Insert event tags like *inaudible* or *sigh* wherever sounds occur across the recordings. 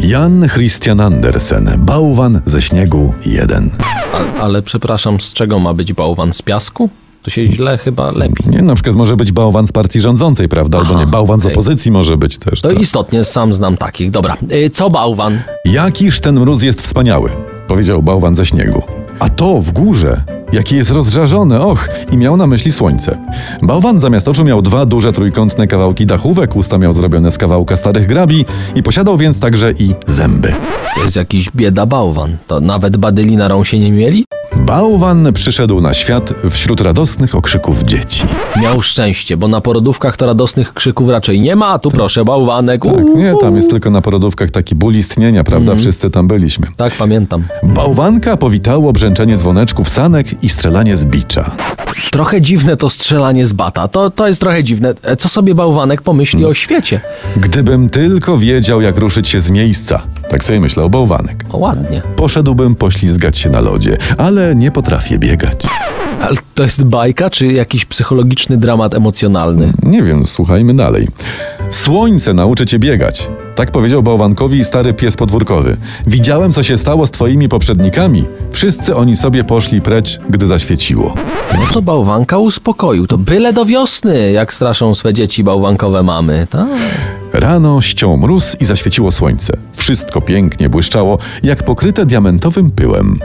Jan Christian Andersen, bałwan ze śniegu 1. A, ale przepraszam, z czego ma być bałwan? Z piasku? To się źle chyba lepi. Nie, na przykład może być bałwan z partii rządzącej, prawda? Albo Aha, nie, bałwan z okej. opozycji może być też. To tak. istotnie, sam znam takich. Dobra, y, co bałwan? Jakiż ten mróz jest wspaniały, powiedział bałwan ze śniegu. A to w górze, jaki jest rozżarzony, och, i miał na myśli słońce. Bałwan zamiast oczu miał dwa duże trójkątne kawałki dachówek, usta miał zrobione z kawałka starych grabi i posiadał więc także i zęby. To jest jakiś bieda bałwan. To nawet badyli na rąsie nie mieli? Bałwan przyszedł na świat wśród radosnych okrzyków dzieci. Miał szczęście, bo na porodówkach to radosnych krzyków raczej nie ma, a tu proszę, bałwanek. Tak, Uuu. nie, tam jest tylko na porodówkach taki ból istnienia, prawda? Wszyscy tam byliśmy. tak, pamiętam. Bałwanka powitało brzęczenie dzwoneczków sanek i strzelanie z bicza. Trochę dziwne to strzelanie z bata. To, to jest trochę dziwne. E, Co sobie bałwanek pomyśli o świecie? Gdybym tylko wiedział, jak ruszyć się z miejsca, tak sobie myślał bałwanek. O, ładnie. Poszedłbym poślizgać się na lodzie, ale nie potrafię biegać. Ale to jest bajka, czy jakiś psychologiczny dramat emocjonalny? Nie wiem, słuchajmy dalej. Słońce nauczy cię biegać. Tak powiedział bałwankowi stary pies podwórkowy. Widziałem, co się stało z twoimi poprzednikami. Wszyscy oni sobie poszli precz, gdy zaświeciło. No to bałwanka uspokoił. To byle do wiosny, jak straszą swe dzieci bałwankowe mamy. Tak. Rano ściął mróz i zaświeciło słońce. Wszystko pięknie błyszczało, jak pokryte diamentowym pyłem.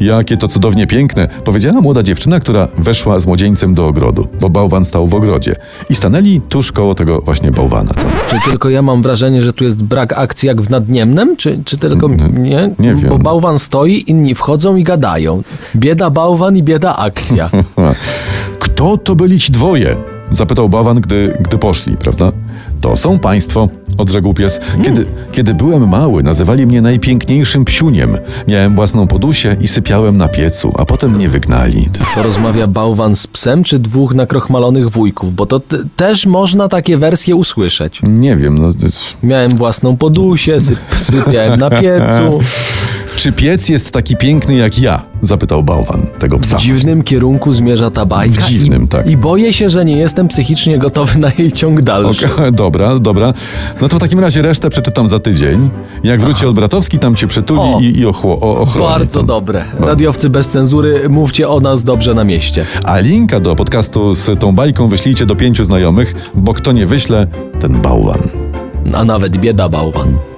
Jakie to cudownie piękne, powiedziała młoda dziewczyna, która weszła z młodzieńcem do ogrodu, bo bałwan stał w ogrodzie i stanęli tuż koło tego właśnie bałwana. Tam. Czy tylko ja mam wrażenie, że tu jest brak akcji jak w Nadniemnem? Czy, czy tylko nie? nie wiem. Bo bałwan stoi, inni wchodzą i gadają. Bieda bałwan i bieda akcja. Ha. Kto to byli ci dwoje? Zapytał bałwan, gdy, gdy poszli, prawda? To są państwo, odrzekł pies. Kiedy, kiedy byłem mały, nazywali mnie najpiękniejszym psiuniem. Miałem własną podusię i sypiałem na piecu, a potem mnie wygnali. To rozmawia bałwan z psem, czy dwóch nakrochmalonych wujków? Bo to t- też można takie wersje usłyszeć. Nie wiem, no, c- Miałem własną podusię, syp, sypiałem na piecu. czy piec jest taki piękny jak ja? Zapytał bałwan tego W psa. dziwnym kierunku zmierza ta bajka. W dziwnym, i, tak. I boję się, że nie jestem psychicznie gotowy na jej ciąg dalszy. Ok, *laughs* dobra, dobra. No to w takim razie resztę przeczytam za tydzień. Jak wróci Olbratowski, tam cię przytuli O. i, i ochło, o, ochroni. Bardzo tam. dobre. Radiowcy bez cenzury, mówcie o nas dobrze na mieście. A linka do podcastu z tą bajką wyślijcie do pięciu znajomych, bo kto nie wyśle, ten bałwan. A nawet bieda bałwan.